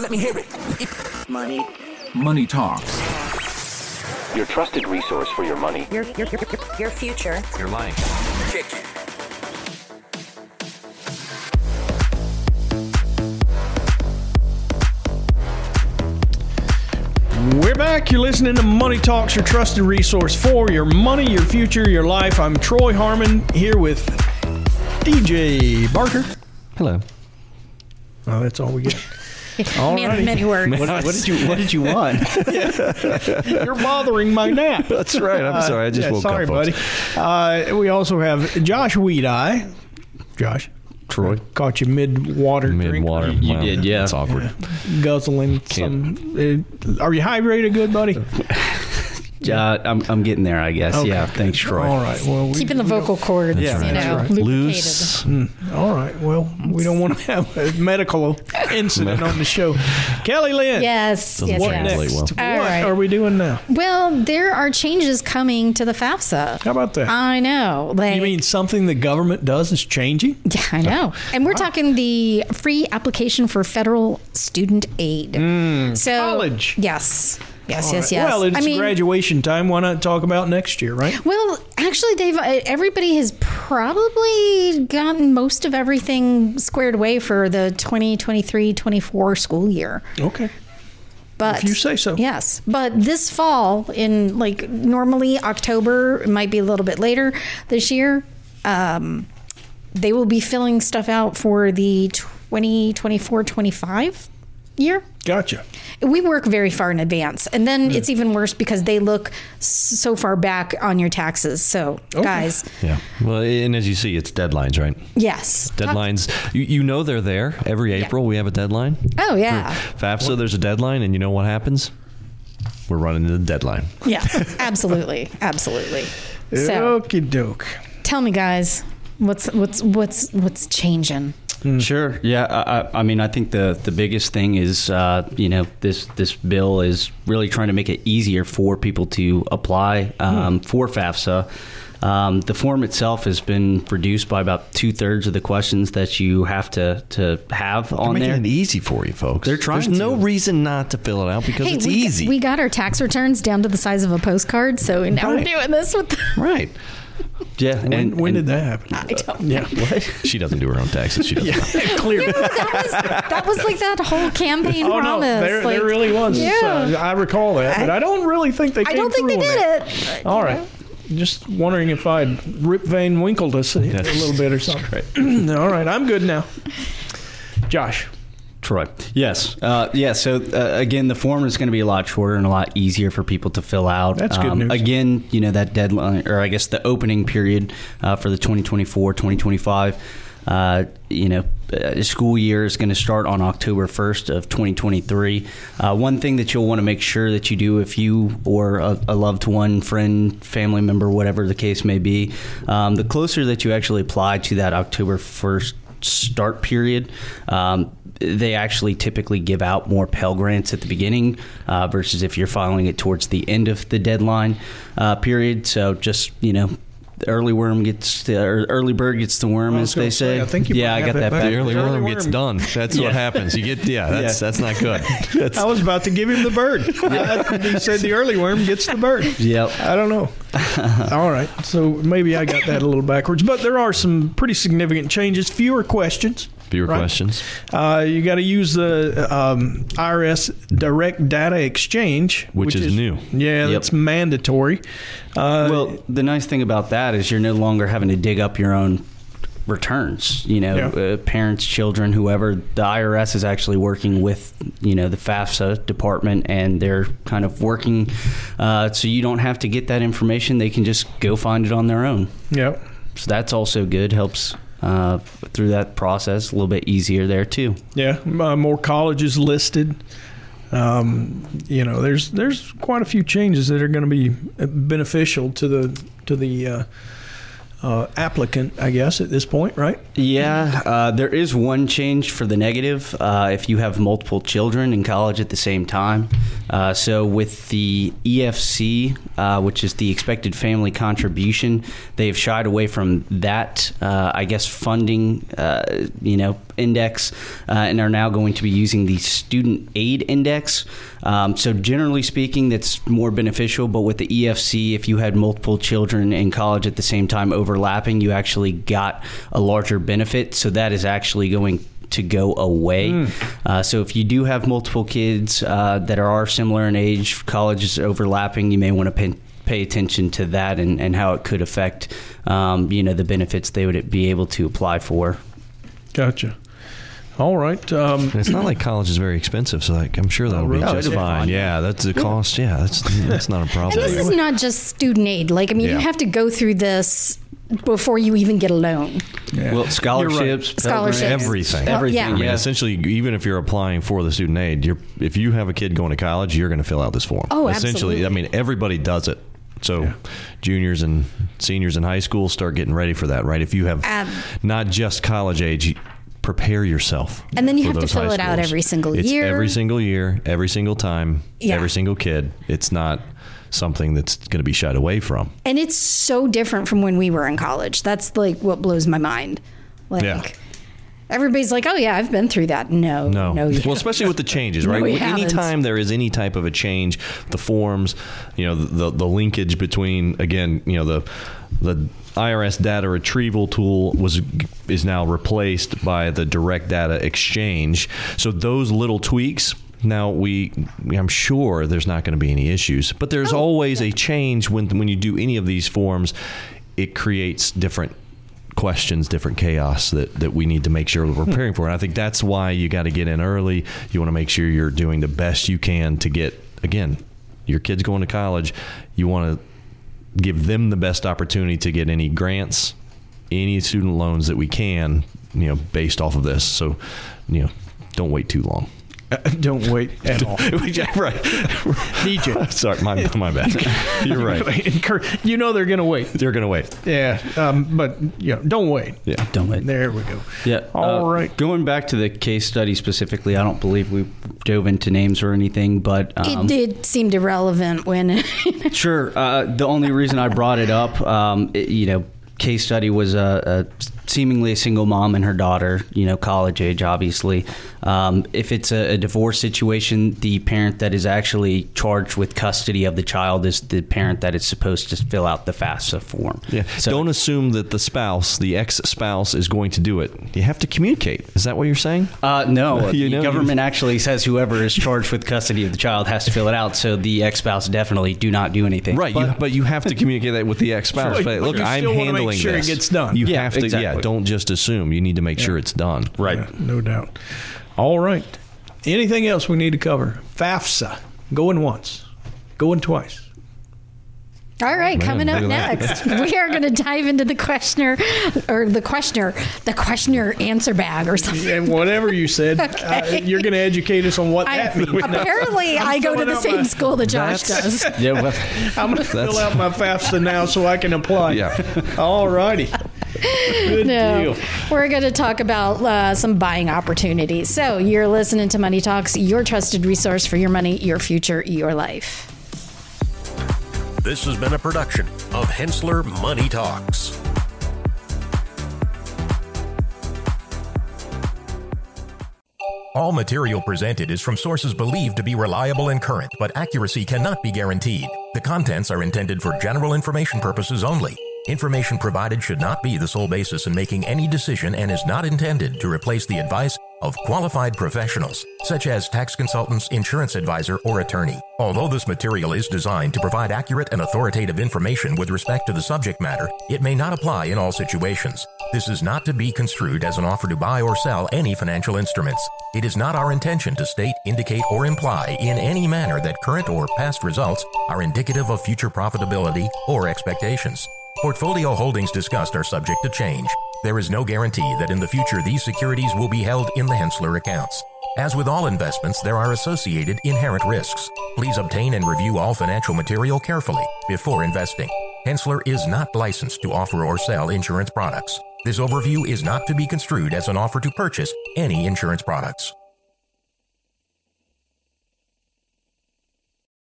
Let me hear it. it Money. Money Talks. Your trusted resource for your money. Your, your, your, your future. Your life. We're back. You're listening to Money Talks, your trusted resource for your money, your future, your life. I'm Troy Harmon here with DJ Barker. Hello. Oh, that's all we get. All Man of many words. What, what did you? What did you want? You're bothering my nap. That's right. Uh, I'm sorry. I just yeah, woke sorry, up. buddy. folks. Uh, we also have Josh Weedeye. Josh, Troy. caught you mid-water Mid drink. water. You Wow, did, That's awkward. guzzling some. Uh, are you hydrated, good buddy? Uh, I'm, I'm getting there, I guess. Yeah. Thanks, Troy. All right. Well, we, Keeping the vocal cords, Yeah, you that's know, right. lubricated. Loose. All right. Well, we don't want to have a medical incident on the show. Kelly Lynn. Yes. Doesn't yes, What yes. translate next? well. What All right. are we doing now? Well, there are changes coming to the FAFSA. How about that? I know. Like, you mean something the government does is changing? Yeah, I know. And we're talking the free application for federal student aid. so Hmm. College. Yes. Yes, All yes, right. yes. Well, it's I mean, graduation time. Why not talk about next year, right? Well, actually, they've uh, everybody has probably gotten most of everything squared away for the 2023-24 school year. Okay. But If you say so. Yes, but this fall in like normally October, it might be a little bit later this year. Um, they will be filling stuff out for the 2024-25 year Gotcha. we work very far in advance and then it's even worse because they look s- so far back on your taxes so guys Yeah. Well, and as you see, it's deadlines, right? yes Talk- Deadlines. You, you know they're there. Every April, we have a deadline. oh yeah FAFSA, there's a deadline, and you know what happens? We're running into the deadline. yeah absolutely absolutely so Okie doke. tell me guys what's what's what's what's changing Sure. Yeah. I, I- I mean, I think the, the biggest thing is, uh, you know, this this bill is really trying to make it easier for people to apply Hmm. um, for FAFSA. Um, the form itself has been reduced by about two thirds of the questions that you have to, to have on Making there. it e- easy for you, folks. They're trying There's no to. reason not to fill it out because it's we, easy. we got our tax returns down to the size of a postcard so now we're Right. doing this with the, right. yeah. When, And when did that happen? I don't She doesn't do her own taxes. She doesn't. Clear. that was that was like that whole campaign Oh no, promise there, like- there really was. yeah Uh, I recall that, but I don't really think they. I Came don't think they through on that. did it. All right. Just wondering if I'd Rip Van Winkled us a, a little bit or something. Mm, All right. I'm good now. Josh. Troy. Yes. Uh, yeah. So uh, again, the form is going to be a lot shorter and a lot easier for people to fill out. Um, That's good news. Again, you know that deadline, or I guess the opening period uh, for the 2024-2025. Uh, you know, uh, school year is going to start on October 1st of 2023. Uh, one thing that you'll want to make sure that you do if you or a, a loved one, friend, family member, whatever the case may be, um, the closer that you actually apply to that October 1st start period, um, they actually typically give out more Pell Grants at the beginning uh, versus if you're filing it towards the end of the deadline uh, period. So just you know, the early worm gets the or early bird gets the worm, I was as they gonna say. say, I think you yeah, might I have got that that back. back. The early The early worm worm. gets done. That's Yeah. what happens. You get yeah. That's Yeah. that's not good. That's I was about to give him the bird. I- he said the early worm gets the bird. Yep. I don't know. All right. So maybe I got that a little backwards, but there are some pretty significant changes. Fewer questions. fewer right? questions. Uh, you got to use the um, IRS Direct Data Exchange, Which is new. Yeah, Yep. that's mandatory. Uh, well, the nice thing about that is you're no longer having to dig up your own returns. You know, Yeah. uh, parents, children, whoever. The IRS is actually working with you know the FAFSA department, and they're kind of working uh, so you don't have to get that information. They can just go find it on their own. yeah. So that's also good. Helps uh, through that process a little bit easier there too. Yeah, uh, more colleges listed. Um, you know, there's there's quite a few changes that are going to be uh, beneficial to the to the uh, uh, applicant, I guess, at this point, right? Yeah, uh, there is one change for the negative. Uh, if you have multiple children in college at the same time, Uh, so with the EFC, uh, which is the expected family contribution, they've shied away from that, uh, I guess, funding, uh, you know, index, uh, and are now going to be using the student aid index. Um, so generally speaking, that's more beneficial. But with the EFC, if you had multiple children in college at the same time overlapping, you actually got a larger benefit. So that is actually going to go away. Uh, so if you do have multiple kids uh, that are similar in age, college is overlapping, you may want to pay, pay attention to that and, and how it could affect, um, you know, the benefits they would be able to apply for. Gotcha. All right. Um, And it's not like college is very expensive, so like I'm sure that'll be really? No, just it's fine. fine. Yeah, that's the cost. Yeah, that's that's not a problem. This is not just student aid. Like, I mean, Yeah. you have to go through this before you even get a loan. yeah. Well, scholarships, Pell Grants, Scholarships. Everything. everything. yeah. I mean, yeah. essentially, even if you're applying for the student aid, you're if you have a kid going to college, you're going to fill out this form. Oh, essentially, absolutely. I mean, everybody does it. So, juniors and seniors in high school start getting ready for that, right? If you have Ab- not just college age, you- prepare yourself. And then you for have to those high fill it out schools. every single It's year. Every single year, every single time, Yeah. every single kid. It's not something that's going to be shied away from. And it's so different from when we were in college. That's like what blows my mind. Like, Yeah. everybody's like, oh, yeah, I've been through that. No, No. no, you well, especially with the changes, right? No, we haven't. Anytime there is any type of a change, the forms, you know, the, the the linkage between again, you know, the the IRS data retrieval tool was is now replaced by the direct data exchange. So those little tweaks now we, I'm sure there's not going to be any issues, but there's always a change when when you do any of these forms, it creates different questions, different chaos that, that we need to make sure we're preparing for. And I think that's why you got to get in early. You want to make sure you're doing the best you can to get, again, your kids going to college. You want to give them the best opportunity to get any grants, any student loans that we can, you know, based off of this. So, you know, don't wait too long. don't wait at all. Yeah, right. Need you. Sorry, my, my bad. You're right. Incur- you know they're going to wait. They're going to wait. Yeah, um, but you know, don't wait. Yeah. Don't wait. There we go. Yeah. All uh, right. Going back to the case study specifically, I don't believe we dove into names or anything, but um, it did seem irrelevant when Sure. Uh, the only reason I brought it up, um, it- you know, case study was a, a seemingly a single mom and her daughter, you know, college age, obviously. Um, if it's a, a divorce situation, the parent that is actually charged with custody of the child is the parent that is supposed to fill out the FAFSA form. Yeah. So Don't assume that the spouse, the ex spouse, is going to do it. You have to communicate. Is that what you're saying? Uh, no, You the know, government actually says whoever is charged with custody of the child has to fill it out. So the ex-spouse definitely do not do anything. Right, but you, but you have to communicate that with the ex spouse. Sure, but but look, you I'm still wanna make handling sure it this. gets done. You Yeah, have to. Yeah, exactly. don't just assume. You need to make sure it's done. Right. Yeah, no doubt. All right. Anything else we need to cover? FAFSA. Going once. Going twice. All right, Oh, Man, coming up look at next, we are going to dive into the questioner or the questioner, the questioner answer bag or something. And whatever you said, uh, you're going to educate us on what I, that means. apparently, I go to filling the out same my- school that Josh That's- does. Yeah. Well, I'm going to That's- fill out my FAFSA now so I can apply. Yeah. All righty. Good No, deal. we're going to talk about uh, some buying opportunities. So you're listening to Money Talks, your trusted resource for your money, your future, your life. This has been a production of Hensler Money Talks. All material presented is from sources believed to be reliable and current, but accuracy cannot be guaranteed. The contents are intended for general information purposes only. Information provided should not be the sole basis in making any decision and is not intended to replace the advice of qualified professionals, such as tax consultants, insurance advisor, or attorney. Although this material is designed to provide accurate and authoritative information with respect to the subject matter, it may not apply in all situations. This is not to be construed as an offer to buy or sell any financial instruments. It is not our intention to state, indicate, or imply in any manner that current or past results are indicative of future profitability or expectations. Portfolio holdings discussed are subject to change. There is no guarantee that in the future these securities will be held in the Hensler accounts. As with all investments, there are associated inherent risks. Please obtain and review all financial material carefully before investing. Hensler is not licensed to offer or sell insurance products. This overview is not to be construed as an offer to purchase any insurance products.